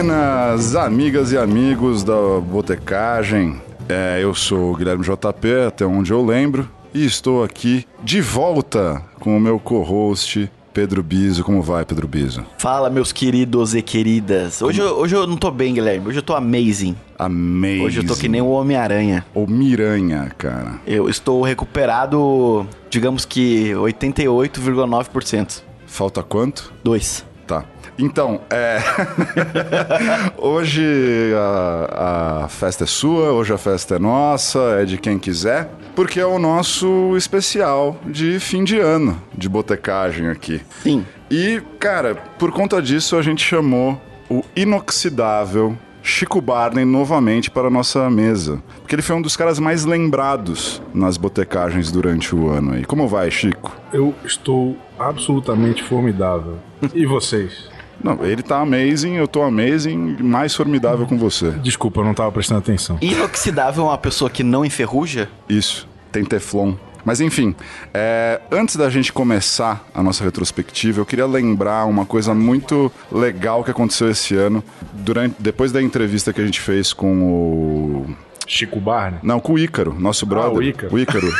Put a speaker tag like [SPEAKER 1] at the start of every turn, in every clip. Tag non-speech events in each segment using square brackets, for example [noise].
[SPEAKER 1] Minhas amigas e amigos da botecagem, é, eu sou o Guilherme JP, até onde eu lembro, e estou aqui de volta com o meu co-host. Pedro Biso, como vai, Pedro Biso?
[SPEAKER 2] Fala, meus queridos e queridas. Hoje, eu, hoje eu não tô bem, Guilherme. Hoje eu tô amazing.
[SPEAKER 1] Amazing.
[SPEAKER 2] Hoje eu tô que nem o Homem-Aranha.
[SPEAKER 1] O Miranha, cara.
[SPEAKER 2] Eu estou recuperado, digamos que 88,9%.
[SPEAKER 1] Falta quanto?
[SPEAKER 2] Dois.
[SPEAKER 1] Tá. Então, é... [laughs] hoje a, a, festa é sua, hoje a festa é nossa, é de quem quiser, porque é o nosso especial de fim de ano de botecagem aqui.
[SPEAKER 2] Sim.
[SPEAKER 1] E, cara, por conta disso a gente chamou o inoxidável Chico Barney novamente para a nossa mesa, porque ele foi um dos caras mais lembrados nas botecagens durante o ano. E como vai, Chico?
[SPEAKER 3] Eu estou absolutamente formidável. E vocês?
[SPEAKER 1] Não, ele tá amazing, eu tô amazing, mais formidável com você.
[SPEAKER 3] Desculpa, eu não tava prestando atenção.
[SPEAKER 2] Inoxidável é uma pessoa que não enferruja?
[SPEAKER 1] Isso, tem teflon. Mas enfim, é, antes da gente começar a nossa retrospectiva, eu queria lembrar uma coisa muito legal que aconteceu esse ano. Durante, depois da entrevista que a gente fez com o.
[SPEAKER 3] Chico Barney?
[SPEAKER 1] Não, com o Ícaro, nosso brother. Ah,
[SPEAKER 3] o Ícaro.
[SPEAKER 1] O Ícaro.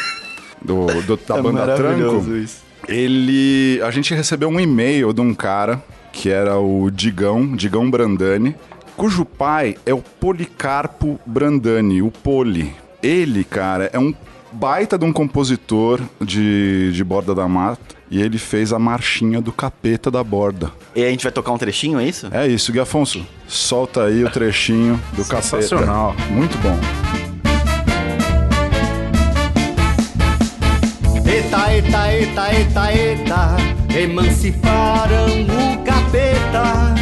[SPEAKER 1] do, do, da é banda Tranco. Isso. Ele. A gente recebeu um e-mail de um cara que era o Digão, Digão Brandani, cujo pai é o Policarpo Brandani, o Poli. Ele, cara, é um baita de um compositor de, de Borda da Mata e ele fez a marchinha do capeta da borda.
[SPEAKER 2] E a gente vai tocar um trechinho, é isso?
[SPEAKER 1] É isso, Gui Afonso. Solta aí o trechinho do
[SPEAKER 3] Sensacional.
[SPEAKER 1] capeta. Muito bom.
[SPEAKER 4] Eita, eita, eita, eita, eita, emanciparam o capeta.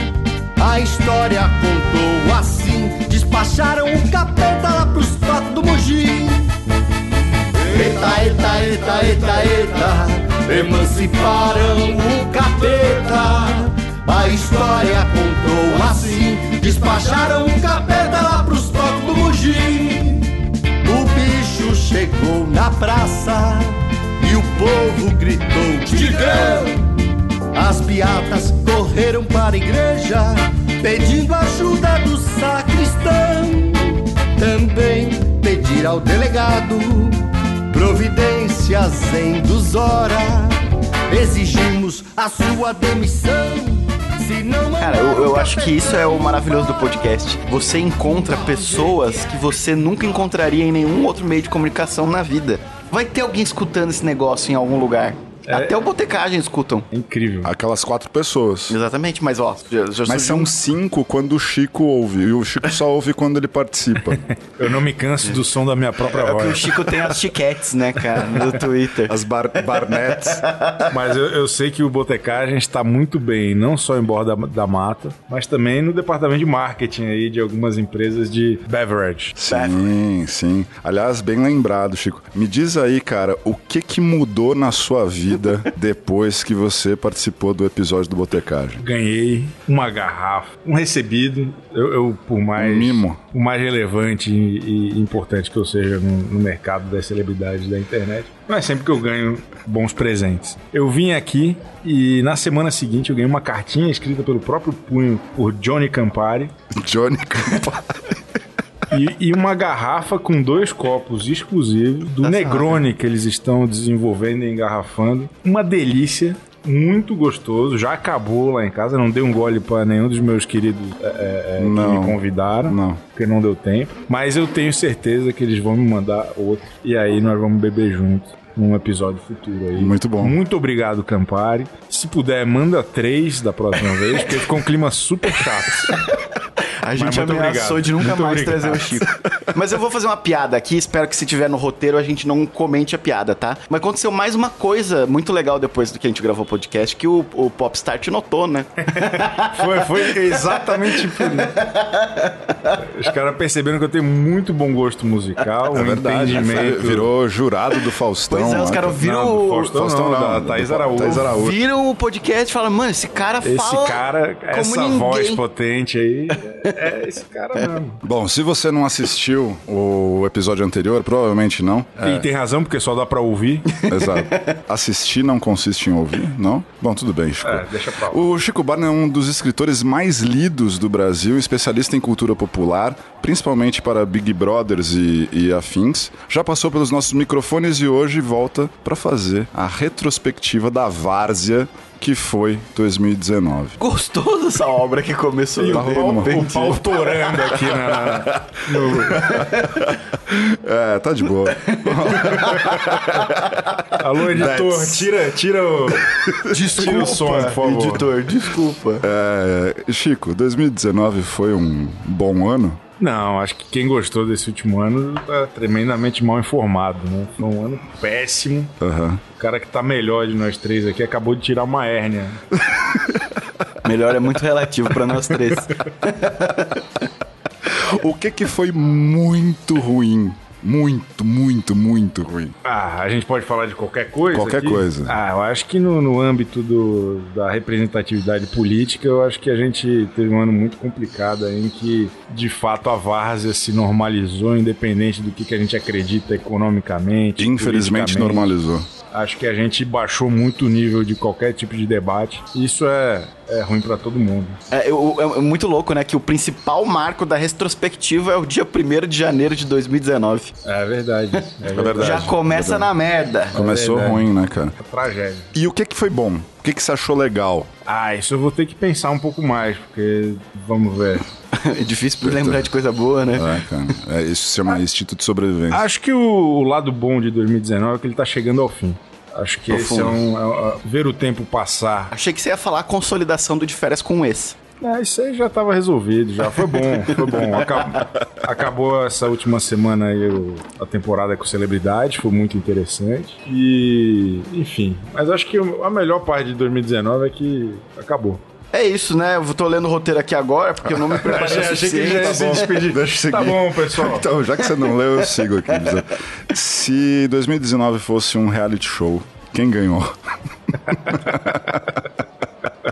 [SPEAKER 4] A história contou assim: despacharam o capeta lá pros patos do Mogi. Eita, eita, eita, eita, eita, emanciparam o capeta. A história contou assim: despacharam o capeta lá pros tocos do Mogi. O bicho chegou na praça e o povo gritou: Digão! As beatas correram para a igreja pedindo ajuda do sacristão. Também pedir ao delegado providências em dos horas. Exigimos a sua demissão.
[SPEAKER 2] Cara, eu, eu, acho que isso é o maravilhoso do podcast. Você encontra pessoas que você nunca encontraria em nenhum outro meio de comunicação na vida. Vai ter alguém escutando esse negócio em algum lugar. É, Até o Botecagem escutam.
[SPEAKER 3] É incrível.
[SPEAKER 1] Aquelas quatro pessoas.
[SPEAKER 2] Exatamente, mas ó. Já,
[SPEAKER 1] já mas são um...
[SPEAKER 2] [laughs]
[SPEAKER 1] cinco quando o Chico ouve. E o Chico só ouve quando ele participa.
[SPEAKER 3] Eu não me canso do som da minha própria
[SPEAKER 2] é
[SPEAKER 3] voz.
[SPEAKER 2] o Chico tem as chiquetes, né, cara? [laughs] No Twitter.
[SPEAKER 1] As bar barnetes.
[SPEAKER 3] mas eu, eu, sei que o Botecagem está muito bem, não só em Borda da, da Mata, mas também no departamento de marketing aí de algumas empresas de beverage.
[SPEAKER 1] Sim, beverage. [laughs] sim. Aliás, bem lembrado, Chico. Me diz aí, cara, o que que mudou na sua vida?
[SPEAKER 2] [laughs]
[SPEAKER 1] depois que você participou do episódio do Botecagem?
[SPEAKER 3] Ganhei uma garrafa, um recebido. Eu, eu por mais.
[SPEAKER 1] Um mimo.
[SPEAKER 3] O mais relevante e, e importante que eu seja no, no mercado das celebridades da internet. Não é sempre que eu ganho bons presentes. Eu vim aqui e na semana seguinte eu ganhei uma cartinha escrita pelo próprio punho por Johnny Campari.
[SPEAKER 1] Johnny [laughs] Campari.
[SPEAKER 3] E, e, uma garrafa com dois copos exclusivos do
[SPEAKER 1] Tá
[SPEAKER 3] Nossa, Negroni que eles estão desenvolvendo e engarrafando. Uma delícia. Muito gostoso, já acabou lá em casa. Não dei um gole para nenhum dos meus queridos é, é, não, que me convidaram,
[SPEAKER 1] não.
[SPEAKER 3] porque não deu tempo. Mas eu tenho certeza que eles vão me mandar outro e aí nós vamos beber juntos num episódio futuro aí.
[SPEAKER 1] Muito bom.
[SPEAKER 3] Muito obrigado, Campari. Se puder, manda três da próxima vez, porque ficou um clima
[SPEAKER 1] [laughs]
[SPEAKER 3] super chato.
[SPEAKER 2] A gente Mas ameaçou obrigado. de nunca muito mais obrigado. trazer o Chico. Mas eu vou fazer uma piada aqui, espero que se tiver no roteiro a gente não comente a piada, tá? Mas aconteceu mais uma coisa muito legal depois do que a gente gravou o podcast, que o, o Popstar te notou, né?
[SPEAKER 3] foi, foi exatamente por Os caras perceberam que eu tenho muito bom gosto musical, é um verdade, entendimento.
[SPEAKER 1] né? Virou jurado do Faustão. né?
[SPEAKER 2] Pois é, os caras viram
[SPEAKER 3] não, o... Faustão, Faustão não, não, da Thaís Araújo. Thaís Araújo.
[SPEAKER 2] Viram o podcast e falaram, mano, esse cara
[SPEAKER 3] esse
[SPEAKER 2] fala
[SPEAKER 3] Esse cara, essa
[SPEAKER 2] ninguém.
[SPEAKER 3] voz potente aí... É esse cara mesmo.
[SPEAKER 1] Bom, se você não assistiu o episódio anterior, provavelmente não.
[SPEAKER 2] É.
[SPEAKER 3] E tem razão, porque só dá pra ouvir.
[SPEAKER 1] Exato. Assistir não consiste em ouvir, não? Bom, tudo bem, Chico.
[SPEAKER 3] É, deixa pra lá.
[SPEAKER 1] O Chico Barney é um dos escritores mais lidos do Brasil, especialista em cultura popular, principalmente para Big Brothers e, e afins. Já passou pelos nossos microfones e hoje volta para fazer a retrospectiva da Várzea que foi 2019.
[SPEAKER 2] Gostoso essa obra que começou
[SPEAKER 1] Tá
[SPEAKER 2] de
[SPEAKER 1] rolando uma-
[SPEAKER 2] repente.
[SPEAKER 3] Pau [laughs] torando aqui na.
[SPEAKER 1] É, tá de boa.
[SPEAKER 3] Alô, editor,
[SPEAKER 1] That's-
[SPEAKER 3] tira, tira o. Tira [laughs] o som, por favor.
[SPEAKER 2] Editor, desculpa.
[SPEAKER 1] É, Chico, 2019 foi um bom ano?
[SPEAKER 3] Não, acho que quem gostou desse último ano tá tremendamente mal informado, né? Foi um ano péssimo.
[SPEAKER 1] Aham.
[SPEAKER 3] O cara que tá melhor de nós três aqui acabou de tirar uma hérnia.
[SPEAKER 2] Melhor é muito relativo pra nós
[SPEAKER 3] [laughs]
[SPEAKER 2] três.
[SPEAKER 1] O que que foi muito ruim? Muito, muito, muito ruim.
[SPEAKER 3] Ah, a gente pode falar de qualquer coisa?
[SPEAKER 1] Qualquer
[SPEAKER 3] aqui?
[SPEAKER 1] coisa.
[SPEAKER 3] Ah, eu acho que no, no âmbito do- da representatividade política, eu acho que a gente teve um ano muito complicado aí, em que, de fato, a várzea se normalizou, independente do que, que a gente acredita economicamente.
[SPEAKER 1] Infelizmente
[SPEAKER 3] politicamente.
[SPEAKER 1] normalizou.
[SPEAKER 3] Acho que a gente baixou muito o nível de qualquer tipo de debate. Isso é, é ruim pra todo mundo.
[SPEAKER 2] É, eu- é- é muito louco, né? Que o principal marco da retrospectiva é o dia 1 de janeiro de 2019.
[SPEAKER 3] É verdade.
[SPEAKER 1] [laughs]
[SPEAKER 3] É verdade.
[SPEAKER 2] Já começa na merda.
[SPEAKER 3] [laughs]
[SPEAKER 1] Começou
[SPEAKER 3] verdade.
[SPEAKER 1] ruim, né, cara?
[SPEAKER 3] Tragédia.
[SPEAKER 1] E o que que foi bom? O que que você achou legal?
[SPEAKER 3] Ah, isso eu vou ter que pensar um pouco mais, porque vamos ver.
[SPEAKER 2] É difícil pra [laughs] lembrar de coisa boa, né?
[SPEAKER 1] É, cara. É, isso se chama Instituto de Sobrevivência.
[SPEAKER 3] Acho que o, o lado bom de 2019 é que ele tá chegando ao fim. Acho que esse é um, é- é- ver o tempo passar.
[SPEAKER 2] Achei que você ia falar a consolidação do de férias com esse.
[SPEAKER 3] É, isso aí já tava resolvido, já foi bom, foi bom. Acab- acabou essa última semana aí o- a temporada com celebridades, foi muito interessante. E, enfim, mas acho que o- a melhor parte de 2019 é que acabou.
[SPEAKER 2] É isso, né? Eu tô lendo o roteiro aqui agora, porque eu não me preparei
[SPEAKER 3] [laughs] Achei-
[SPEAKER 2] o
[SPEAKER 3] achei que
[SPEAKER 2] suficiente.
[SPEAKER 3] já ia se despedir.
[SPEAKER 1] Tá Deixa eu seguir.
[SPEAKER 3] Tá bom,
[SPEAKER 1] [laughs]
[SPEAKER 3] pessoal.
[SPEAKER 1] Então, já que você não leu, eu sigo aqui. Lisa. Se 2019 fosse um reality show, quem ganhou? [laughs]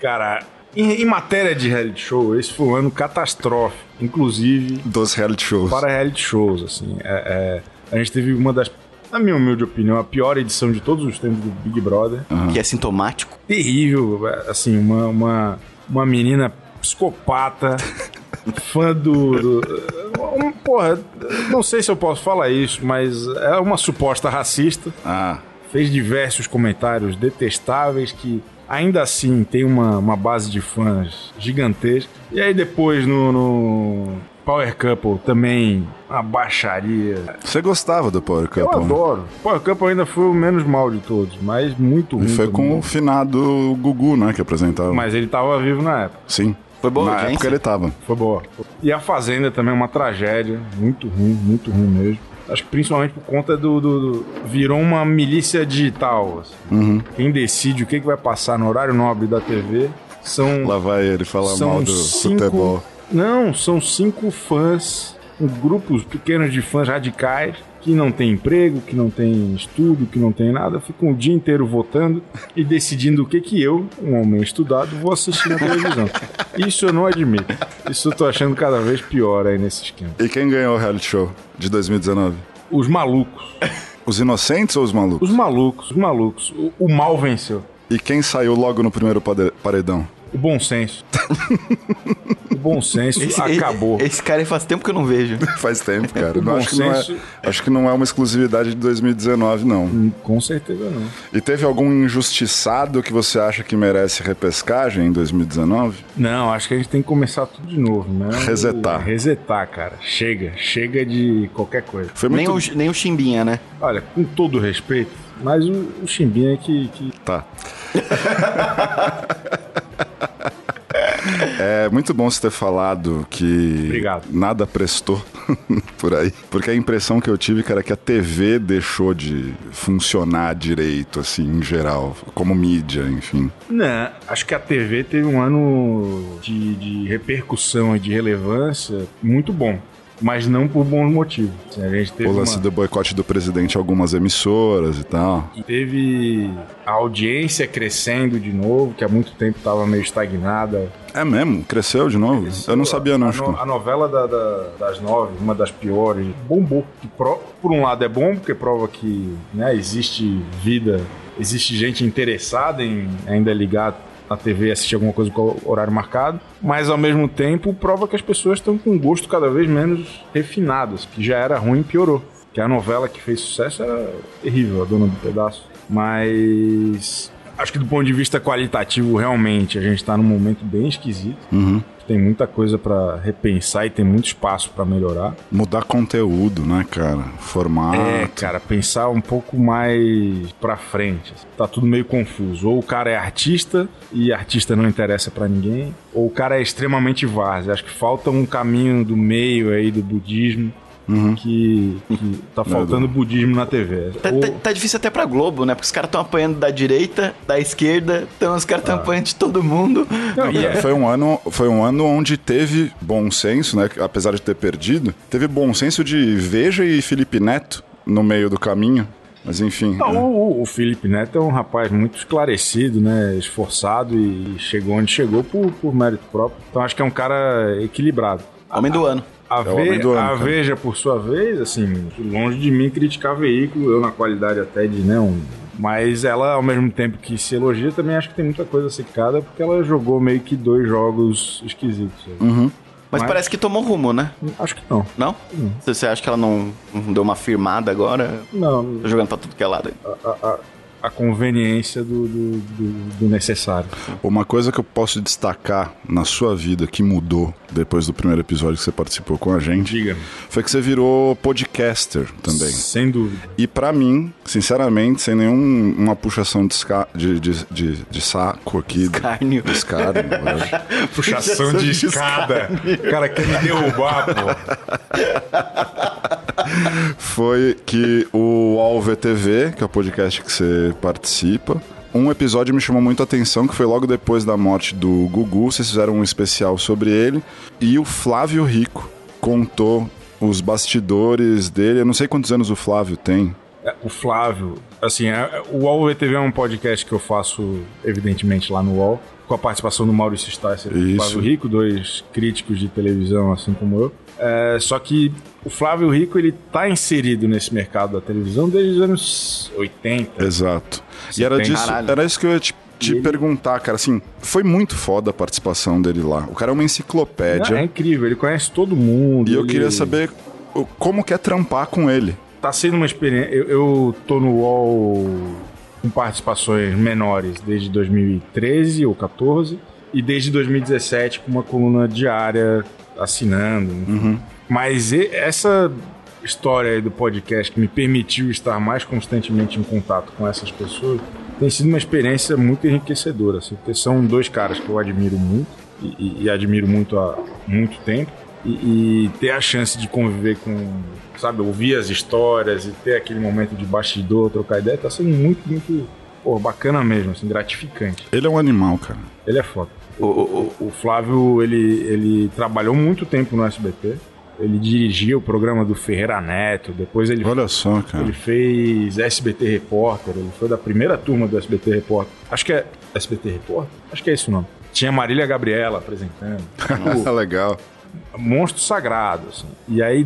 [SPEAKER 3] Cara, em, em matéria de reality show, esse foi um ano catastrófico. Inclusive,
[SPEAKER 1] Dos reality shows.
[SPEAKER 3] para reality shows, assim. É- é, a gente teve uma das, na minha humilde opinião, a pior edição de todos os tempos do Big Brother.
[SPEAKER 2] Que é sintomático.
[SPEAKER 3] Terrível, é, assim, uma, uma, uma menina psicopata, fã do... do um- porra, não sei se eu posso falar isso, mas é uma suposta racista
[SPEAKER 1] Ah,
[SPEAKER 3] fez diversos comentários detestáveis que ainda assim tem uma, uma base de fãs gigantesca. E aí depois no, no Power Couple também uma baixaria.
[SPEAKER 1] você gostava do Power Couple?
[SPEAKER 3] Eu
[SPEAKER 1] né?
[SPEAKER 3] adoro. Power Couple ainda foi o menos mal de todos, mas muito ruim.
[SPEAKER 1] E foi
[SPEAKER 3] também.
[SPEAKER 1] com o finado Gugu, né, que apresentava.
[SPEAKER 3] Mas ele tava vivo na época.
[SPEAKER 1] Sim.
[SPEAKER 2] Foi boa
[SPEAKER 1] Na
[SPEAKER 2] audiência?
[SPEAKER 1] época ele tava.
[SPEAKER 3] Foi boa. E a Fazenda também é uma tragédia. Muito ruim, muito ruim mesmo. Acho que principalmente por conta do. do- do- virou uma milícia digital. assim. Quem decide o que, que vai passar no horário nobre da TV são.
[SPEAKER 1] Lá vai ele falar
[SPEAKER 3] são
[SPEAKER 1] mal do
[SPEAKER 3] cinco,
[SPEAKER 1] futebol.
[SPEAKER 3] Não, são cinco fãs, um grupos pequenos de fãs radicais que não tem emprego, que não tem estudo, que não tem nada, ficam o dia inteiro votando e decidindo o que que eu, um homem estudado, vou assistir
[SPEAKER 1] [laughs]
[SPEAKER 3] na televisão. Isso eu não admito. Isso eu tô achando cada vez pior aí nesse esquema.
[SPEAKER 1] E quem ganhou o reality show de 2019?
[SPEAKER 3] Os malucos,
[SPEAKER 1] Os inocentes ou os malucos?
[SPEAKER 3] os malucos, os malucos. O, o mal venceu.
[SPEAKER 1] E quem saiu logo no primeiro pade- paredão?
[SPEAKER 3] [laughs] O
[SPEAKER 1] [laughs]
[SPEAKER 3] bom senso. O bom senso
[SPEAKER 2] Esse,
[SPEAKER 3] acabou.
[SPEAKER 2] Esse, esse cara aí faz tempo que eu não vejo.
[SPEAKER 1] Faz tempo, cara. Não,
[SPEAKER 3] bom
[SPEAKER 1] acho, que não
[SPEAKER 3] senso- Hum.
[SPEAKER 1] é, acho que não é uma exclusividade de 2019, não.
[SPEAKER 3] Com certeza não.
[SPEAKER 1] E teve algum injustiçado que você acha que merece repescagem em 2019?
[SPEAKER 3] Não, acho que a gente tem que começar tudo de novo, né?
[SPEAKER 1] Resetar.
[SPEAKER 3] E resetar, cara. Chega, chega de qualquer coisa.
[SPEAKER 1] Foi
[SPEAKER 2] Nem
[SPEAKER 1] muito.
[SPEAKER 2] o, nem o Chimbinha, né?
[SPEAKER 3] Olha, com todo respeito, mas o, o Chimbinha que, que
[SPEAKER 1] Tá. [laughs] É muito bom você ter falado que
[SPEAKER 3] Obrigado.
[SPEAKER 1] nada prestou [laughs] por aí. Porque a impressão que eu tive, cara, é que a TV deixou de funcionar direito, assim, em geral, como mídia, enfim.
[SPEAKER 3] Não, Né, acho que a TV teve um ano de, de repercussão e de relevância muito bom. mas não por bons motivos. A gente teve
[SPEAKER 1] O lance
[SPEAKER 3] uma-
[SPEAKER 1] do boicote do presidente a algumas emissoras e tal.
[SPEAKER 3] E teve a audiência crescendo de novo, que há muito tempo estava meio estagnada.
[SPEAKER 1] É mesmo? Cresceu de novo? Eu não sabia, não,
[SPEAKER 3] a,
[SPEAKER 1] Chico.
[SPEAKER 3] no- a novela da- da- das nove, uma das piores, bombou. Que pro- por um lado é bom, porque prova que né, existe vida, existe gente interessada em ainda ligar a TV e assistir alguma coisa com o horário marcado, mas ao mesmo tempo prova que as pessoas estão com um gosto cada vez menos refinado, que já era ruim e piorou. Que a novela que fez sucesso era terrível, a dona do pedaço. Mas acho que do ponto de vista qualitativo, realmente, a gente está num momento bem esquisito tem muita coisa pra repensar e tem muito espaço pra melhorar.
[SPEAKER 1] Mudar conteúdo, né, cara? Formato.
[SPEAKER 3] é, cara, pensar um pouco mais pra frente. Tá tudo meio confuso. Ou o cara é artista e artista não interessa pra ninguém, ou o cara é extremamente várzea. Acho que falta um caminho do meio aí do budismo. Que, que tá faltando budismo na TV.
[SPEAKER 2] Tá,
[SPEAKER 3] Ou-
[SPEAKER 2] tá- tá difícil até pra Globo, né? Porque os caras estão apanhando da direita, da esquerda, então os caras estão apanhando de todo mundo.
[SPEAKER 3] Não,
[SPEAKER 2] E- é
[SPEAKER 3] cara,
[SPEAKER 1] Foi um, ano, foi um ano onde teve bom senso, né? Apesar de ter perdido, teve bom senso de Veja e Felipe Neto no meio do caminho. Mas enfim.
[SPEAKER 3] Não,
[SPEAKER 1] né?
[SPEAKER 3] o, o Felipe Neto é um rapaz muito esclarecido, né? Esforçado e chegou onde chegou por, por mérito próprio. Então acho que é um cara equilibrado.
[SPEAKER 2] Homem do ano.
[SPEAKER 3] A,
[SPEAKER 1] É o homem
[SPEAKER 3] Ve-
[SPEAKER 1] do ano,
[SPEAKER 3] a
[SPEAKER 1] cara.
[SPEAKER 3] Veja, por sua vez, assim, longe de mim criticar veículo, eu na qualidade até de não. Mas ela, ao mesmo tempo que se elogia, também acho que tem muita coisa secada, porque ela jogou meio que dois jogos esquisitos.
[SPEAKER 1] Uhum.
[SPEAKER 2] Mas,
[SPEAKER 3] Mas-
[SPEAKER 2] parece que tomou rumo, né?
[SPEAKER 3] Acho que não.
[SPEAKER 2] Não? Você- Você acha que ela não não deu uma firmada agora?
[SPEAKER 3] Não,
[SPEAKER 2] Tá jogando pra tudo que é lado.
[SPEAKER 3] a, a- a conveniência do, do- do- do necessário.
[SPEAKER 1] é, Uma coisa que eu posso destacar na sua vida que mudou depois do primeiro episódio que você participou com a gente
[SPEAKER 3] Diga-me.
[SPEAKER 1] foi que você virou podcaster também.
[SPEAKER 3] Sem dúvida.
[SPEAKER 1] [laughs] E pra mim, sinceramente, sem nenhuma puxação de, esca- de- de- de- de saco aqui.
[SPEAKER 2] Escárnio.
[SPEAKER 1] Do, escárnio, né?
[SPEAKER 3] Puxação de escada. Cara, quer me derrubar, pô.
[SPEAKER 1] Foi que o AlvTV, que é o podcast que você participa, um episódio me chamou muito a atenção, que foi logo depois da morte do Gugu. Vocês fizeram um especial sobre ele. E o Flávio Rico contou os bastidores dele. Eu não sei quantos anos o Flávio tem.
[SPEAKER 3] É, O Flávio, assim, é- é- o UOL TV é um podcast que eu faço, evidentemente, lá no UOL, com a participação do Maurício Sticer e do
[SPEAKER 1] Isso.
[SPEAKER 3] Flávio Rico, dois críticos de televisão, assim como eu. É, só que o Flávio Rico, ele tá inserido nesse mercado da televisão desde os anos 80.
[SPEAKER 1] Exato. E era,
[SPEAKER 3] tem.
[SPEAKER 1] disso,
[SPEAKER 2] Caralho.
[SPEAKER 1] era isso que eu ia te, te perguntar, cara. Assim, foi muito foda a participação dele lá. O cara é uma enciclopédia.
[SPEAKER 3] É incrível, ele conhece todo mundo.
[SPEAKER 1] E eu
[SPEAKER 3] ele-
[SPEAKER 1] queria saber o- como que é trampar com ele.
[SPEAKER 3] Tá sendo uma experiência. Eu, eu tô no UOL com participações menores desde 2013 ou 14 e desde 2017 com uma coluna diária assinando. enfim. Mas e- essa história aí do podcast que me permitiu estar mais constantemente em contato com essas pessoas tem sido uma experiência muito enriquecedora, assim, porque são dois caras que eu admiro muito e, e- e admiro muito há muito tempo. E, e ter a chance de conviver com, sabe, ouvir as histórias e ter aquele momento de bastidor, trocar ideia, tá sendo muito, muito pô, bacana mesmo, assim, gratificante.
[SPEAKER 1] Ele é um animal, cara.
[SPEAKER 3] Ele é foda. O, o- o- o Flávio, ele, ele trabalhou muito tempo no SBT. Ele dirigia o programa do Ferreira Neto, depois ele
[SPEAKER 1] Olha só,
[SPEAKER 3] ele
[SPEAKER 1] cara.
[SPEAKER 3] fez SBT Repórter, ele foi da primeira turma do SBT Repórter. Acho que é SBT Repórter? Acho que é isso o nome. Tinha Marília Gabriela apresentando. Tipo,
[SPEAKER 1] [laughs] Legal.
[SPEAKER 3] monstro sagrado, assim. E aí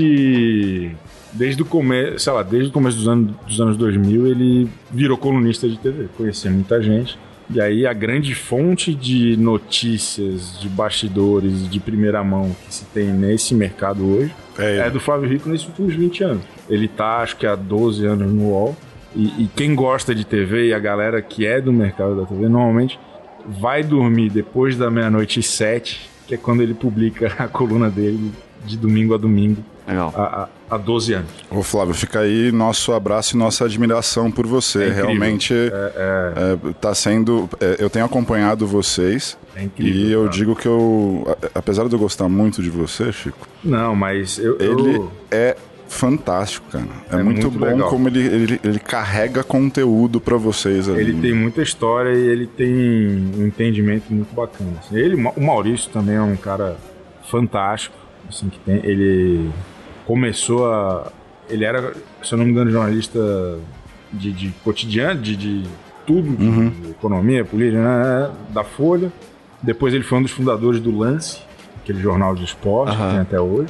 [SPEAKER 3] desde desde o começo, sei lá, desde o começo dos anos dos anos 2000, ele virou colunista de TV, conhecia muita gente. E aí a grande fonte de notícias, de bastidores, de primeira mão que se tem nesse mercado hoje
[SPEAKER 1] É ele.
[SPEAKER 3] é do Flávio Rico nesses últimos 20 anos. Ele tá, acho que há 12 anos no UOL. E, e quem gosta de TV e a galera que é do mercado da TV, normalmente vai dormir depois da meia-noite e sete, que é quando ele publica [laughs] a coluna dele de domingo a domingo,
[SPEAKER 2] Legal.
[SPEAKER 3] há, há- há 12 anos.
[SPEAKER 1] Ô, Flávio, fica aí nosso abraço e nossa admiração por você.
[SPEAKER 3] incrível.
[SPEAKER 1] Realmente é, tá sendo. é, eu tenho acompanhado vocês.
[SPEAKER 3] É incrível,
[SPEAKER 1] E eu
[SPEAKER 3] cara.
[SPEAKER 1] digo que eu. a- Apesar de eu gostar muito de você, Chico,
[SPEAKER 3] Não, mas eu.
[SPEAKER 1] ele
[SPEAKER 3] eu-
[SPEAKER 1] é fantástico, cara. É,
[SPEAKER 3] É
[SPEAKER 1] muito,
[SPEAKER 3] muito
[SPEAKER 1] bom
[SPEAKER 3] legal.
[SPEAKER 1] como ele, ele, ele carrega conteúdo pra vocês ali.
[SPEAKER 3] Ele tem muita história e ele tem um entendimento muito bacana. assim. Ele, o Maurício também é um cara fantástico. assim, que tem. Ele começou a. Ele era, se eu não me engano, jornalista de, de cotidiano, de, de tudo, de economia, política, né, da Folha. Depois ele foi um dos fundadores do Lance, aquele jornal de esporte que tem até hoje.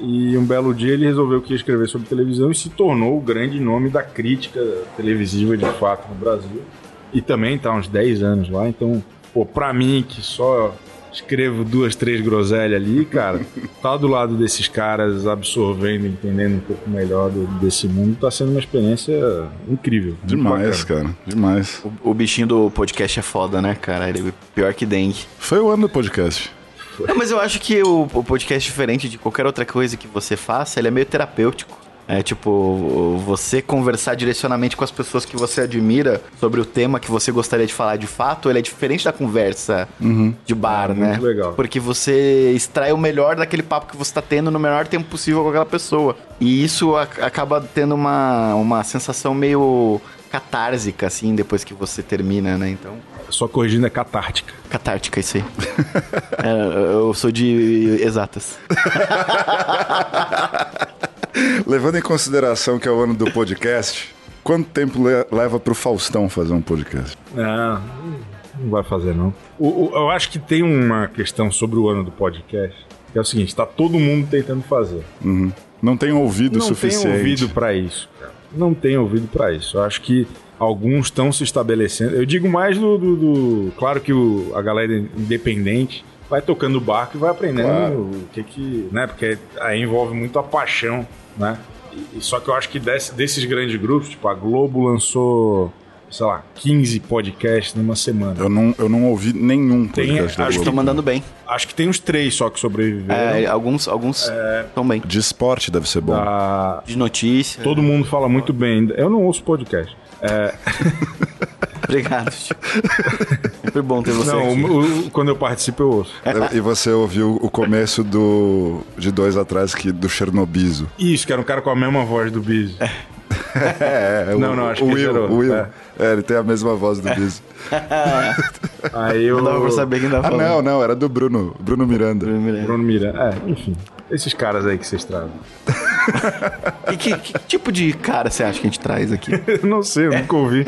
[SPEAKER 3] E um belo dia ele resolveu que ia escrever sobre televisão e se tornou o grande nome da crítica televisiva de fato no Brasil. E também tá uns 10 anos lá, então, pô, pra mim que só escrevo duas, três groselhas ali, cara, tá do lado desses caras absorvendo, entendendo um pouco melhor do- desse mundo, tá sendo uma experiência incrível. muito
[SPEAKER 1] Demais,
[SPEAKER 3] bacana.
[SPEAKER 1] cara. Demais.
[SPEAKER 2] O, o bichinho do podcast é foda, né, cara? Ele é pior que dengue.
[SPEAKER 1] Foi o ano do podcast.
[SPEAKER 2] Não, mas eu acho que o, o podcast, diferente de qualquer outra coisa que você faça, ele é meio terapêutico. É tipo, você conversar direcionamente com as pessoas que você admira sobre o tema que você gostaria de falar de fato, ele é diferente da conversa de bar,
[SPEAKER 3] É,
[SPEAKER 2] né?
[SPEAKER 3] muito legal.
[SPEAKER 2] Porque você extrai o melhor daquele papo que você tá tendo no menor tempo possível com aquela pessoa. E isso ac- acaba tendo uma, uma sensação meio catársica, assim, depois que você termina, né? Então.
[SPEAKER 3] Só corrigindo é catártica.
[SPEAKER 2] Catártica, isso aí. [laughs] É, eu sou de exatas.
[SPEAKER 1] Levando em consideração que é o ano do podcast, quanto tempo le leva pro Faustão fazer um podcast?
[SPEAKER 3] Ah, não vai fazer, não. O- o- eu acho que tem uma questão sobre o ano do podcast, que é o seguinte, tá todo mundo tentando fazer.
[SPEAKER 1] Não tem ouvido
[SPEAKER 3] não
[SPEAKER 1] suficiente.
[SPEAKER 3] tem ouvido pra isso, cara. Não tem ouvido pra isso. Eu acho que alguns estão se estabelecendo. Eu digo mais do. do- do- claro que o- a galera independente vai tocando o barco e vai aprendendo
[SPEAKER 1] Claro.
[SPEAKER 3] o que que. Né? Porque aí envolve muito a paixão, né? E- e só que eu acho que desse- desses grandes grupos, tipo, a Globo lançou, sei lá, 15 podcasts numa semana.
[SPEAKER 1] Eu não, eu não ouvi nenhum
[SPEAKER 3] Tem,
[SPEAKER 1] podcast da
[SPEAKER 3] acho
[SPEAKER 1] Globo.
[SPEAKER 2] Estão mandando bem.
[SPEAKER 3] Acho que tem uns três só que sobreviveram.
[SPEAKER 2] É, alguns alguns estão bem.
[SPEAKER 1] De esporte deve ser bom.
[SPEAKER 3] Da-
[SPEAKER 2] É. De notícia.
[SPEAKER 3] Ah, Todo mundo fala muito bem. Eu não ouço podcast.
[SPEAKER 2] [laughs] Obrigado. Chico. Sempre bom ter você É.
[SPEAKER 3] Não,
[SPEAKER 2] aqui.
[SPEAKER 3] o- o- quando eu participo eu ouço.
[SPEAKER 1] E você ouviu o começo do de dois atrás que do Chernobizo.
[SPEAKER 3] Isso, que era um cara com a mesma voz do Biz.
[SPEAKER 1] É, é,
[SPEAKER 3] Não,
[SPEAKER 1] o,
[SPEAKER 3] não, acho
[SPEAKER 1] o
[SPEAKER 3] que
[SPEAKER 1] Will,
[SPEAKER 3] zerou,
[SPEAKER 1] o Will.
[SPEAKER 3] é. Tá
[SPEAKER 1] É. ele tem a mesma voz do Bizo.
[SPEAKER 3] Aí eu.
[SPEAKER 2] Não dava pra saber quem tava
[SPEAKER 1] Ah,
[SPEAKER 2] falando.
[SPEAKER 1] não, não, era do Bruno, Bruno Miranda.
[SPEAKER 2] Me lembro.
[SPEAKER 3] Bruno Mira. É, enfim. Esses caras aí que vocês trazem. [laughs]
[SPEAKER 2] E que, que tipo de cara você acha que a gente traz aqui?
[SPEAKER 3] Eu não sei, eu nunca ouvi.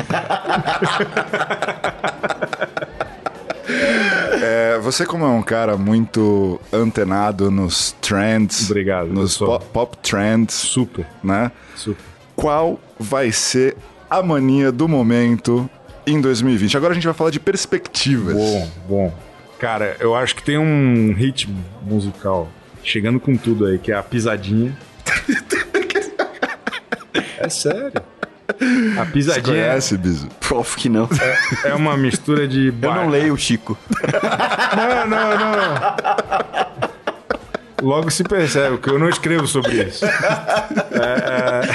[SPEAKER 1] É, você como é um cara muito antenado nos trends,
[SPEAKER 3] Obrigado,
[SPEAKER 1] nos
[SPEAKER 3] pessoal.
[SPEAKER 1] pop, pop trends,
[SPEAKER 3] Super,
[SPEAKER 1] né?
[SPEAKER 3] super.
[SPEAKER 1] Qual vai ser a mania do momento em 2020? Agora a gente vai falar de perspectivas.
[SPEAKER 3] Bom, bom. Cara, eu acho que tem um ritmo musical chegando com tudo aí, que é a
[SPEAKER 2] [laughs]
[SPEAKER 3] pisadinha. É sério. A
[SPEAKER 1] Você
[SPEAKER 3] pisadinha
[SPEAKER 1] conhece, Bizo?
[SPEAKER 2] [laughs] Prof que não.
[SPEAKER 3] é uma mistura de.
[SPEAKER 2] Eu
[SPEAKER 3] bar-
[SPEAKER 2] não leio, Chico.
[SPEAKER 3] Não, não, não. Logo se percebe que eu não escrevo sobre isso.
[SPEAKER 1] É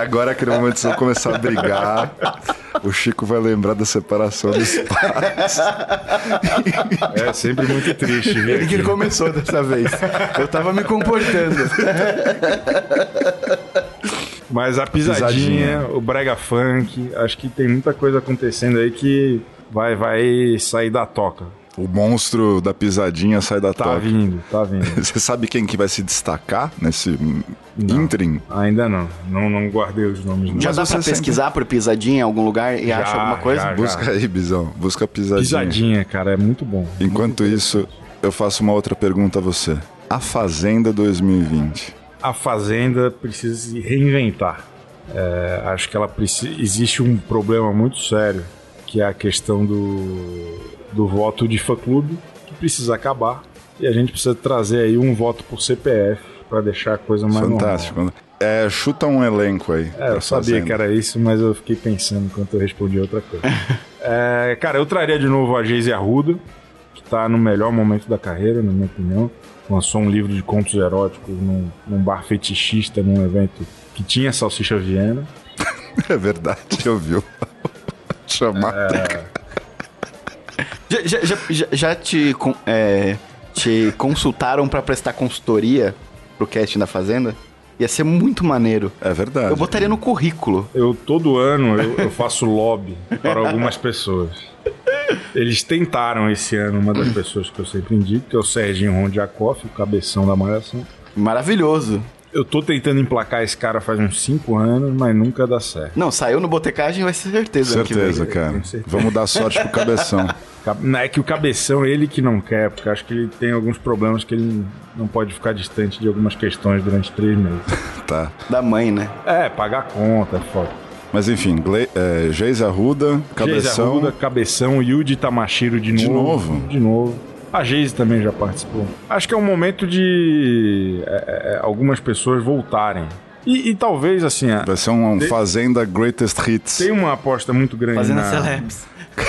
[SPEAKER 1] agora aquele momento que vocês vão começar a brigar. O Chico vai lembrar da separação dos pais.
[SPEAKER 3] É sempre muito triste ver
[SPEAKER 2] Ele que
[SPEAKER 3] aquilo.
[SPEAKER 2] começou dessa vez. Eu tava me comportando.
[SPEAKER 3] Mas a pisadinha,
[SPEAKER 1] Pisadinha.
[SPEAKER 3] o brega funk, acho que tem muita coisa acontecendo aí que vai, vai sair da toca.
[SPEAKER 1] O monstro da pisadinha sai da
[SPEAKER 3] Tá
[SPEAKER 1] toca.
[SPEAKER 3] vindo,
[SPEAKER 1] [laughs]
[SPEAKER 3] tá vindo.
[SPEAKER 1] Você sabe quem que vai se destacar nesse interim?
[SPEAKER 3] Ainda não, não, não guardei os nomes não.
[SPEAKER 2] Já
[SPEAKER 1] Mas
[SPEAKER 2] dá
[SPEAKER 1] você
[SPEAKER 2] pra
[SPEAKER 1] sempre-
[SPEAKER 2] pesquisar por pisadinha em algum lugar e acha alguma coisa?
[SPEAKER 3] já, já.
[SPEAKER 1] Busca aí, Bizão. Busca a pisadinha.
[SPEAKER 3] Pisadinha, cara, é muito bom.
[SPEAKER 1] Enquanto isso, eu faço uma outra pergunta a você. A Fazenda 2020.
[SPEAKER 3] a Fazenda precisa se reinventar. É, acho que ela precisa. Existe um problema muito sério, que é a questão do, do voto de fã-clube, que precisa acabar. E a gente precisa trazer aí um voto por CPF para deixar a coisa mais
[SPEAKER 1] Fantástico. É, chuta um elenco aí.
[SPEAKER 3] normal. É, eu
[SPEAKER 1] pra
[SPEAKER 3] sabia
[SPEAKER 1] Fazenda.
[SPEAKER 3] que era isso, mas eu fiquei pensando enquanto eu respondi outra coisa. É, cara, eu traria de novo a Geise Arruda, que tá no melhor momento da carreira, na minha opinião. Lançou um livro de contos eróticos num, num bar fetichista, num evento que tinha salsicha viena.
[SPEAKER 1] [laughs] É verdade, eu vi. [laughs] o- Chamada.
[SPEAKER 2] Já, já, já, já- já te, con- é, te consultaram pra prestar consultoria pro casting da Fazenda? Ia ser muito maneiro.
[SPEAKER 1] É, verdade.
[SPEAKER 2] Eu botaria no currículo.
[SPEAKER 3] Eu, todo ano, eu, eu faço lobby para algumas pessoas. Eles tentaram esse ano uma das pessoas que eu sempre indico, que é o Serginho Rondiakoff, o cabeção da Malhação.
[SPEAKER 2] Maravilhoso.
[SPEAKER 3] Eu tô tentando emplacar esse cara faz uns 5 anos, mas nunca dá certo.
[SPEAKER 2] Não, saiu no Botecagem, vai ser certeza. ano que vem.
[SPEAKER 1] Certeza, cara. Vamos dar sorte pro
[SPEAKER 3] [laughs]
[SPEAKER 1] cabeção.
[SPEAKER 3] Ca- Não é que o cabeção ele que não quer, porque eu acho que ele tem alguns problemas que ele não pode ficar distante de algumas questões durante três meses.
[SPEAKER 1] Tá.
[SPEAKER 2] Da mãe, né?
[SPEAKER 3] É, pagar conta, é foda.
[SPEAKER 1] Mas enfim, Gle é, Geis Arruda,
[SPEAKER 3] Geise
[SPEAKER 1] Cabeção.
[SPEAKER 3] Arruda, Cabeção, Yuji Tamashiro de
[SPEAKER 1] De
[SPEAKER 3] novo.
[SPEAKER 1] novo?
[SPEAKER 3] De novo. A Geise também já participou. Acho que é um momento de é, é, algumas pessoas voltarem. E, e talvez, assim, a-
[SPEAKER 1] Vai ser um, um Fazenda Greatest Hits.
[SPEAKER 3] tem uma aposta muito grande
[SPEAKER 2] Fazendo
[SPEAKER 3] na...
[SPEAKER 2] celebs.
[SPEAKER 3] [laughs]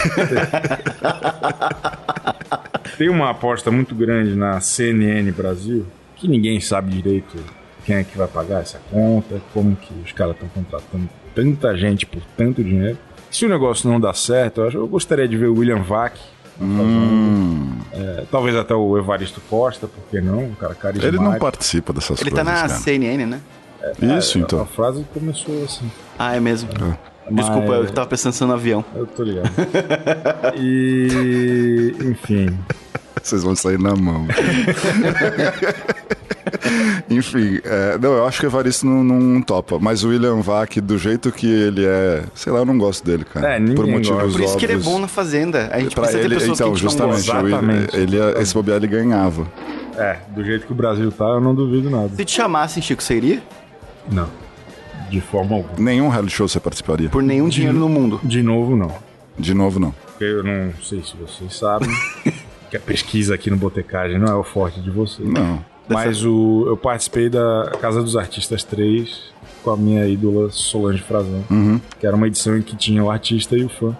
[SPEAKER 3] Tem uma aposta muito grande na CNN Brasil que ninguém sabe direito quem é que vai pagar essa conta, como que os caras estão contratando tanta gente por tanto dinheiro. Se o negócio não dá certo, eu, acho- eu gostaria de ver o William Vac. um é, talvez até o Evaristo Costa, por que não? Um cara
[SPEAKER 1] Ele
[SPEAKER 3] carismático.
[SPEAKER 1] não participa dessas
[SPEAKER 2] Ele tá
[SPEAKER 1] coisas.
[SPEAKER 2] na
[SPEAKER 1] cara.
[SPEAKER 2] CNN, né?
[SPEAKER 1] Isso,
[SPEAKER 3] A
[SPEAKER 1] então.
[SPEAKER 3] frase começou assim.
[SPEAKER 2] Ah, é mesmo. Desculpa, eu tava pensando só no avião.
[SPEAKER 3] Eu tô ligado. [laughs] e. Enfim.
[SPEAKER 1] Vocês vão sair na mão. Enfim, é, não, eu acho que o Evaristo não, não topa. Mas o William Vac, do jeito que ele é, sei lá, eu não gosto dele, cara.
[SPEAKER 3] É, ninguém
[SPEAKER 1] Por motivos
[SPEAKER 3] gosta.
[SPEAKER 2] Por isso que ele é
[SPEAKER 1] óbvios.
[SPEAKER 2] bom na Fazenda. A gente
[SPEAKER 1] Pra
[SPEAKER 2] precisa ter
[SPEAKER 1] ele,
[SPEAKER 2] pessoas
[SPEAKER 1] então,
[SPEAKER 2] que a gente não
[SPEAKER 1] justamente,
[SPEAKER 2] gosta.
[SPEAKER 3] gosta.
[SPEAKER 1] o William-
[SPEAKER 3] Exatamente.
[SPEAKER 1] ele, ia- esse bobear ele ganhava.
[SPEAKER 3] É, do jeito que o Brasil tá, eu não duvido nada.
[SPEAKER 2] Se te chamassem, Chico, você iria?
[SPEAKER 3] Não. De forma alguma.
[SPEAKER 1] Nenhum reality show você participaria.
[SPEAKER 2] Por nenhum dinheiro no mundo.
[SPEAKER 3] De novo, não.
[SPEAKER 1] De novo, não.
[SPEAKER 3] Porque eu não sei se vocês [laughs] sabem que a pesquisa aqui no Botecagem não é o forte de vocês.
[SPEAKER 1] Não.
[SPEAKER 3] Mas o, eu participei da Casa dos Artistas 3 com a minha ídola Solange Frazão, que era uma edição em que tinha o artista e o fã.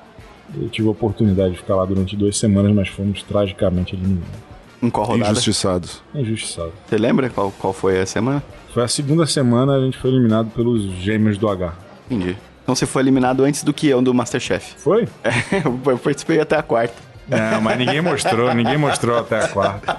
[SPEAKER 3] Eu tive a oportunidade de ficar lá durante duas semanas, mas fomos tragicamente eliminados.
[SPEAKER 2] Em qual rodada?
[SPEAKER 1] Injustiçados.
[SPEAKER 3] Injustiçado.
[SPEAKER 2] Você lembra qual, qual foi a semana?
[SPEAKER 3] Foi a segunda semana a gente foi eliminado pelos gêmeos do H.
[SPEAKER 2] Entendi. Então você foi eliminado antes do que eu do Masterchef. [laughs] É,
[SPEAKER 3] Foi?
[SPEAKER 2] eu participei até a quarta.
[SPEAKER 3] Não, mas ninguém mostrou, ninguém mostrou até a quarta.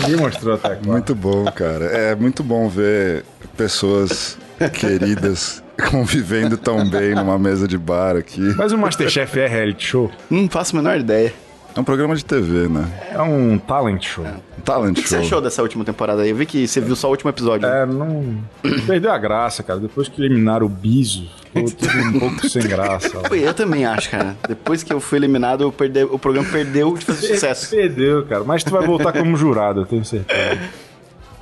[SPEAKER 3] Ninguém mostrou até a quarta.
[SPEAKER 1] Muito bom, cara. É muito bom ver pessoas queridas [laughs] convivendo tão bem numa mesa de bar aqui.
[SPEAKER 3] Mas o Masterchef é reality show?
[SPEAKER 2] Não faço a menor ideia.
[SPEAKER 1] É um programa de TV, né?
[SPEAKER 3] É um talent show.
[SPEAKER 1] Talent
[SPEAKER 2] O que você
[SPEAKER 1] show.
[SPEAKER 2] achou dessa última temporada aí? Eu vi que você viu só o último episódio. né?
[SPEAKER 3] É, não. Perdeu a graça, cara. Depois que eliminaram o Biso, ficou tudo um pouco sem graça. lá.
[SPEAKER 2] Foi, Eu também acho, cara. Depois que eu fui eliminado, eu perde- o programa perdeu de fazer um sucesso.
[SPEAKER 3] Perdeu, cara. Mas tu vai voltar como jurado, eu tenho certeza.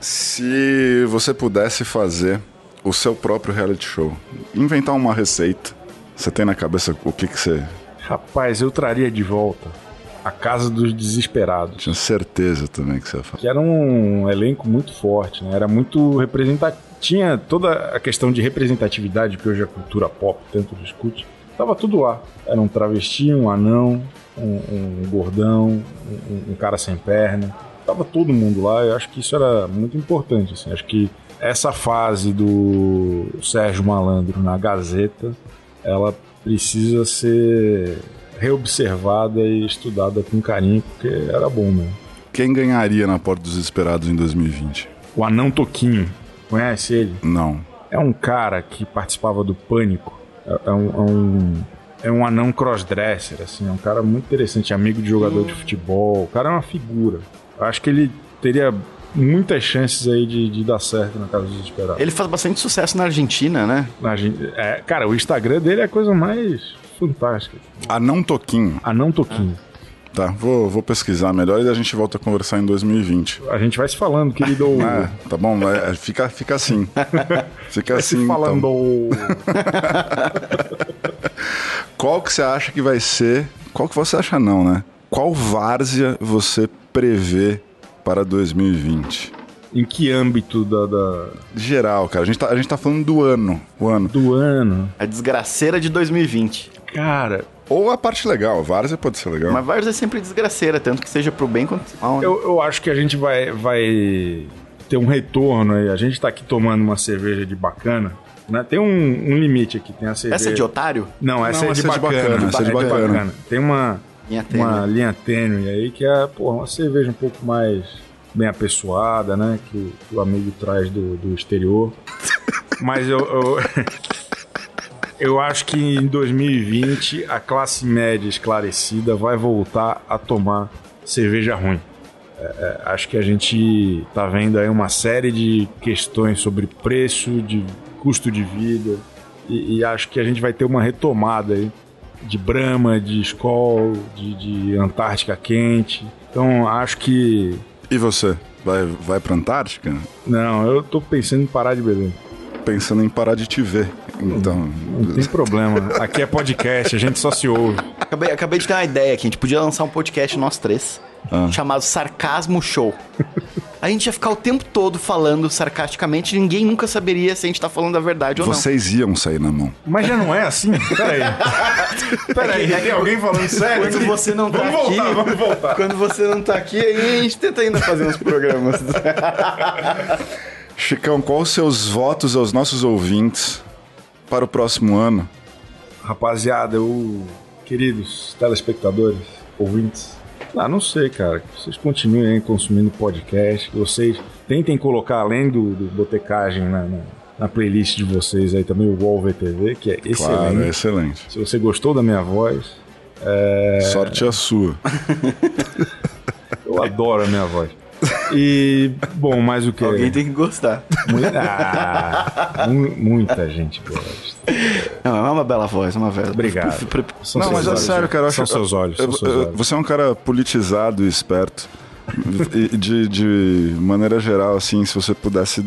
[SPEAKER 1] Se você pudesse fazer o seu próprio reality show, inventar uma receita, você tem na cabeça o que, que você.
[SPEAKER 3] Rapaz, eu traria de volta a Casa dos Desesperados.
[SPEAKER 1] Tinha certeza também que você ia falar.
[SPEAKER 3] que era um elenco muito forte, né? Era muito representativo. Tinha toda a questão de representatividade que hoje a cultura pop tanto discute. Tava tudo lá. Era um travesti, um anão, um, um gordão, um, um cara sem perna. Tava todo mundo lá. Eu acho que isso era muito importante. assim. Acho que essa fase do Sérgio Malandro na Gazeta, ela precisa ser reobservada e estudada com carinho, porque era bom mesmo.
[SPEAKER 1] Quem ganharia na Porta dos Esperados em 2020?
[SPEAKER 3] O Anão Toquinho. Conhece ele?
[SPEAKER 1] Não.
[SPEAKER 3] É um cara que participava do Pânico. É, é um, é um- é um anão crossdresser, assim. É um cara muito interessante, amigo de jogador de futebol. O cara é uma figura. Eu acho que ele teria muitas chances aí de, de dar certo na Casa dos Esperados.
[SPEAKER 2] Ele faz bastante sucesso na Argentina, né?
[SPEAKER 3] Na gente- é, cara, o Instagram dele é a coisa mais fantástica.
[SPEAKER 1] Anão Toquinho.
[SPEAKER 3] Anão Toquinho.
[SPEAKER 1] Tá, vou, vou pesquisar melhor e a gente volta a conversar em 2020.
[SPEAKER 3] A gente vai se falando, querido.
[SPEAKER 1] [laughs] É, tá bom? É, é, fica, fica assim. Fica assim.
[SPEAKER 3] se falando.
[SPEAKER 1] então. Qual que você acha que vai ser? Qual que você acha não, né? Qual várzea você prevê para 2020?
[SPEAKER 3] Em que âmbito da- da,
[SPEAKER 1] Geral, cara. A gente tá, a gente tá falando do ano. O ano.
[SPEAKER 3] do ano?
[SPEAKER 2] A desgraceira de 2020.
[SPEAKER 3] Cara,
[SPEAKER 1] Ou a parte legal. Várzea pode ser legal.
[SPEAKER 2] Mas Vargas é sempre desgraceira, tanto que seja pro bem quanto pro mal. né?
[SPEAKER 3] Eu, eu acho que a gente vai, vai ter um retorno aí. A gente tá aqui tomando uma cerveja de bacana. Né? Tem um, um limite aqui, tem a cerveja.
[SPEAKER 2] Essa é de otário?
[SPEAKER 3] Não, essa
[SPEAKER 1] Não,
[SPEAKER 3] é de
[SPEAKER 1] essa é de
[SPEAKER 3] bacana.
[SPEAKER 1] bacana, essa é de
[SPEAKER 3] é de
[SPEAKER 1] bacana.
[SPEAKER 3] Tem uma
[SPEAKER 2] Linha tênue.
[SPEAKER 3] uma linha tênue aí que é porra, uma cerveja um pouco mais bem apessoada, né? Que o,
[SPEAKER 1] [laughs]
[SPEAKER 3] que o amigo traz do, do exterior. Mas eu. eu- Eu acho que em 2020 a classe média esclarecida vai voltar a tomar cerveja ruim. É, é, acho que a gente tá vendo aí uma série de questões sobre preço, de custo de vida, e, e acho que a gente vai ter uma retomada aí de Brahma, de Skol, de, de Antártica quente. Então acho que.
[SPEAKER 1] E você? Vai, vai pra Antártica?
[SPEAKER 3] Não, eu tô pensando em parar de beber.
[SPEAKER 1] Pensando em parar de te ver. Então.
[SPEAKER 3] Não tem problema. Aqui é podcast, a gente só se ouve.
[SPEAKER 2] Acabei, acabei de ter uma ideia aqui. A gente podia lançar um podcast nós três,
[SPEAKER 1] Ah.
[SPEAKER 2] chamado Sarcasmo Show. A gente ia ficar o tempo todo falando sarcasticamente, ninguém nunca saberia se a gente tá falando a verdade ou
[SPEAKER 1] Vocês iam sair na mão.
[SPEAKER 3] Mas já não é assim? Peraí. Peraí, tem alguém falando
[SPEAKER 2] não.
[SPEAKER 3] sério?
[SPEAKER 2] é Quando
[SPEAKER 3] aqui?
[SPEAKER 2] você não tá
[SPEAKER 3] Vamos
[SPEAKER 2] aqui.
[SPEAKER 3] voltar, vamos voltar.
[SPEAKER 2] Quando você não tá aqui, aí a gente tenta ainda fazer uns programas.
[SPEAKER 1] Chicão, qual os seus votos aos nossos ouvintes para o próximo ano?
[SPEAKER 3] Rapaziada, eu... queridos telespectadores, ouvintes, ah, não sei, cara. que Vocês continuem aí consumindo podcast. que Vocês tentem colocar, além do, do Botecagem, na, na, na playlist de vocês aí também, o Wall VTV, que é excelente.
[SPEAKER 1] Claro, é excelente.
[SPEAKER 3] Se você gostou da minha voz,
[SPEAKER 1] Sorte a sua. [laughs]
[SPEAKER 3] eu adoro a minha voz. E, bom, mais o que?
[SPEAKER 2] Alguém tem que gostar.
[SPEAKER 3] Ah, mu- muita gente gosta.
[SPEAKER 2] Não, é uma bela voz, uma bela.
[SPEAKER 3] Obrigado.
[SPEAKER 2] Pre- pre-
[SPEAKER 3] São
[SPEAKER 1] não,
[SPEAKER 3] seus
[SPEAKER 1] mas é
[SPEAKER 3] olhos, né?
[SPEAKER 1] sério, cara. eu acho-
[SPEAKER 3] São seus olhos.
[SPEAKER 1] eu-
[SPEAKER 3] São seus
[SPEAKER 1] eu-
[SPEAKER 3] olhos.
[SPEAKER 1] Você é um cara politizado e esperto. E de, de maneira geral, assim, se você pudesse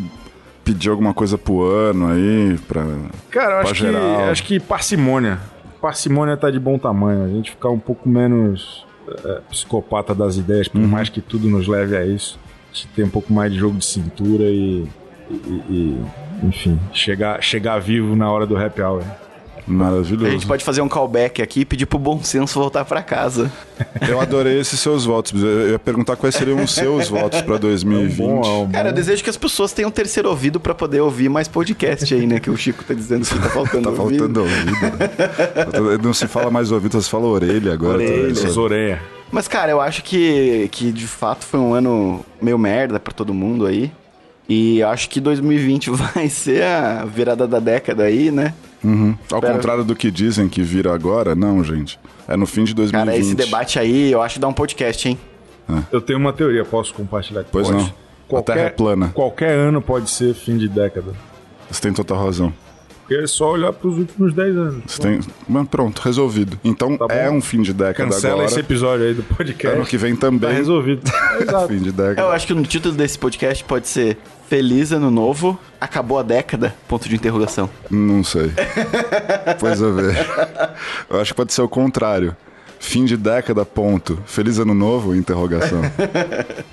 [SPEAKER 1] pedir alguma coisa pro ano aí, pra...
[SPEAKER 3] Cara, eu
[SPEAKER 1] pra
[SPEAKER 3] acho que,
[SPEAKER 1] geral.
[SPEAKER 3] acho que parcimônia. Parcimônia tá de bom tamanho. A gente ficar um pouco menos eh, psicopata das ideias,
[SPEAKER 1] Uhum.
[SPEAKER 3] por mais que tudo nos leve a isso. A gente ter um pouco mais de jogo de cintura e. e- e- e, enfim, chegar, chegar vivo na hora do happy hour.
[SPEAKER 2] A
[SPEAKER 1] maravilhoso.
[SPEAKER 2] gente pode fazer um callback aqui e pedir pro bom senso voltar pra casa.
[SPEAKER 1] Eu adorei esses seus votos. Eu ia perguntar quais seriam os seus votos pra 2020.
[SPEAKER 3] um Bom, é um
[SPEAKER 2] Cara, eu desejo que as pessoas tenham um terceiro ouvido pra poder ouvir mais podcast aí, né? Que o Chico tá dizendo que tá
[SPEAKER 1] [laughs]
[SPEAKER 2] faltando
[SPEAKER 1] Tá
[SPEAKER 2] ouvido.
[SPEAKER 1] faltando ouvido. Não se fala mais ouvido, só se fala orelha agora. tá
[SPEAKER 3] orelha,
[SPEAKER 1] vendo? Só-
[SPEAKER 3] orelha.
[SPEAKER 2] Mas, cara, eu acho que, que de fato foi um ano meio merda pra todo mundo aí. E eu acho que 2020 [laughs] vai ser a virada da década aí, né?
[SPEAKER 1] Uhum. Ao
[SPEAKER 2] Pera.
[SPEAKER 1] contrário do que dizem que vira agora, não, gente. É no fim de 2020.
[SPEAKER 2] Cara, esse debate aí, eu acho que dá um podcast, hein?
[SPEAKER 3] Eu tenho uma teoria, posso compartilhar aqui?
[SPEAKER 1] Pois
[SPEAKER 3] Pode.
[SPEAKER 1] não. A Terra é plana.
[SPEAKER 3] Qualquer ano pode ser fim de década.
[SPEAKER 1] Você tem total razão.
[SPEAKER 3] Porque é só olhar pros últimos 10 anos.
[SPEAKER 1] Você tem... Mas pronto, resolvido. Então
[SPEAKER 3] Tá bom.
[SPEAKER 1] é um fim de década
[SPEAKER 3] Cancela
[SPEAKER 1] agora.
[SPEAKER 3] esse episódio aí do podcast.
[SPEAKER 1] Ano que vem
[SPEAKER 3] Tá
[SPEAKER 1] também. é
[SPEAKER 3] resolvido. Exato.
[SPEAKER 1] fim de
[SPEAKER 2] Eu
[SPEAKER 1] década.
[SPEAKER 2] acho que o título desse podcast pode ser Feliz Ano Novo, acabou a década, ponto de interrogação.
[SPEAKER 1] Não sei. pois a ver. Eu acho que pode ser o contrário. Fim de década, ponto. Feliz ano novo?
[SPEAKER 3] [laughs]
[SPEAKER 1] Interrogação.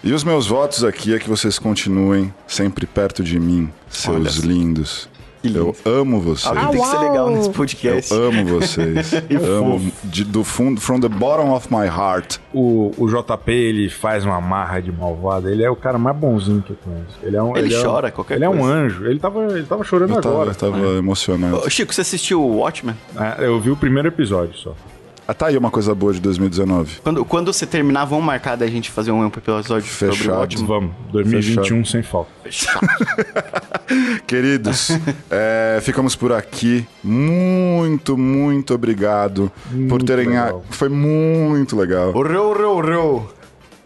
[SPEAKER 1] e os meus votos aqui é que vocês continuem sempre perto de mim, seus lindos. Eu amo vocês.
[SPEAKER 3] Ah,
[SPEAKER 2] Alguém tem que ser legal nesse
[SPEAKER 3] é
[SPEAKER 2] podcast.
[SPEAKER 1] Eu
[SPEAKER 3] [laughs]
[SPEAKER 1] amo vocês. amo de- do fundo, from the bottom of my heart.
[SPEAKER 3] O, o JP, ele faz uma marra de malvado. Ele é o cara mais bonzinho que eu conheço. Ele, é um,
[SPEAKER 2] Ele
[SPEAKER 3] é um-
[SPEAKER 2] chora qualquer
[SPEAKER 3] Ele é um
[SPEAKER 2] coisa.
[SPEAKER 3] anjo. Ele tava, ele tava chorando
[SPEAKER 1] Eu tava,
[SPEAKER 3] agora.
[SPEAKER 1] eu tava emocionado.
[SPEAKER 2] Ô, Chico, você assistiu o Watchmen?
[SPEAKER 3] Ah, eu vi o primeiro episódio só.
[SPEAKER 1] Ah, tá aí uma coisa boa de 2019.
[SPEAKER 2] Quando, quando você terminar, vamos marcar da gente fazer um episódio sobre o
[SPEAKER 1] Fechado.
[SPEAKER 2] Watchmen.
[SPEAKER 3] Vamos, 2021 sem falta.
[SPEAKER 1] Queridos, é, ficamos por aqui. Muito, muito obrigado por terem.
[SPEAKER 3] legal.
[SPEAKER 1] a- Foi muito legal.
[SPEAKER 2] Orreu, orreu, orreu.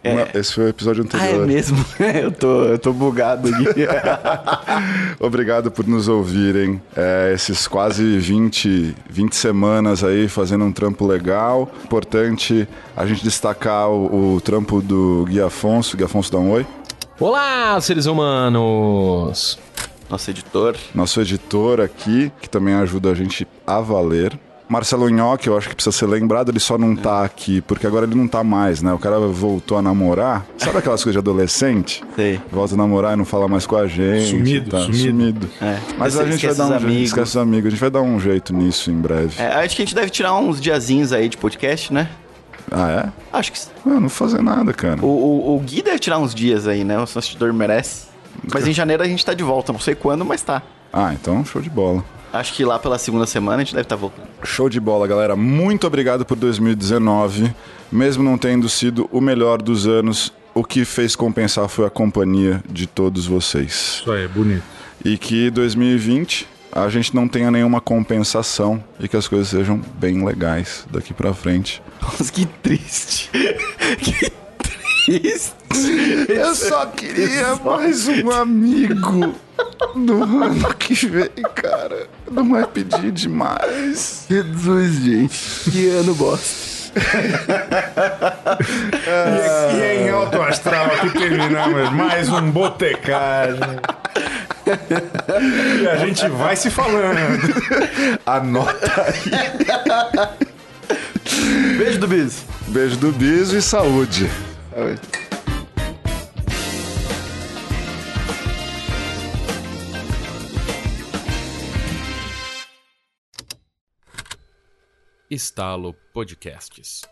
[SPEAKER 1] Uma- Esse foi o episódio
[SPEAKER 2] É. Ah, é
[SPEAKER 1] anterior.
[SPEAKER 2] mesmo? [laughs] eu, tô, eu tô bugado aqui.
[SPEAKER 1] [laughs] Obrigado por nos ouvirem. É, esses quase 20, 20 semanas aí fazendo um trampo legal. Importante a gente destacar o, o trampo do Gui Afonso. Gui Afonso dá um oi.
[SPEAKER 5] Olá, seres humanos!
[SPEAKER 2] Nosso editor.
[SPEAKER 1] Nosso editor aqui, que também ajuda a gente a valer. Marcelo Nhoque, eu acho que precisa ser lembrado, ele só não tá aqui, porque agora ele não tá mais, né? O cara voltou a namorar. Sabe aquelas coisas de adolescente?
[SPEAKER 2] Sei.
[SPEAKER 1] Volta a namorar e não fala mais com a gente.
[SPEAKER 3] Sumido,
[SPEAKER 1] tá?
[SPEAKER 3] sumido.
[SPEAKER 2] É.
[SPEAKER 1] Mas a gente vai
[SPEAKER 2] Esquece
[SPEAKER 1] dar
[SPEAKER 2] os
[SPEAKER 1] um jeito.
[SPEAKER 2] amigos.
[SPEAKER 1] Esquece os amigos. A gente vai dar um jeito nisso em breve.
[SPEAKER 2] É, acho que a gente deve tirar uns diazinhos aí de podcast, né?
[SPEAKER 1] Ah,
[SPEAKER 2] Acho que sim.
[SPEAKER 1] é? Eu não vou fazer nada, cara.
[SPEAKER 2] o, o, o Gui deve tirar uns dias aí, né? O nosso assistidor merece. Mas em janeiro a gente tá de volta, não sei quando, mas tá.
[SPEAKER 1] Ah, então show de bola.
[SPEAKER 2] Acho que lá pela segunda semana a gente deve estar voltando.
[SPEAKER 1] Show de bola, galera. Muito obrigado por 2019. Mesmo não tendo sido o melhor dos anos, o que fez compensar foi a companhia de todos vocês.
[SPEAKER 3] Isso aí, bonito.
[SPEAKER 1] E que 2020 a gente não tenha nenhuma compensação e que as coisas sejam bem legais daqui pra frente.
[SPEAKER 2] Nossa, [laughs] que triste. que triste.
[SPEAKER 1] Eu só queria mais um amigo no ano que vem, cara. Não é pedir demais.
[SPEAKER 2] Jesus, gente. Que ano bosta.
[SPEAKER 3] E, e é em alto astral que terminamos mais um botecagem. [laughs] E a gente vai se falando.
[SPEAKER 1] Anota
[SPEAKER 2] Beijo do Bis.
[SPEAKER 1] aí. Beijo do Biso e saúde.
[SPEAKER 5] Estalo Podcasts.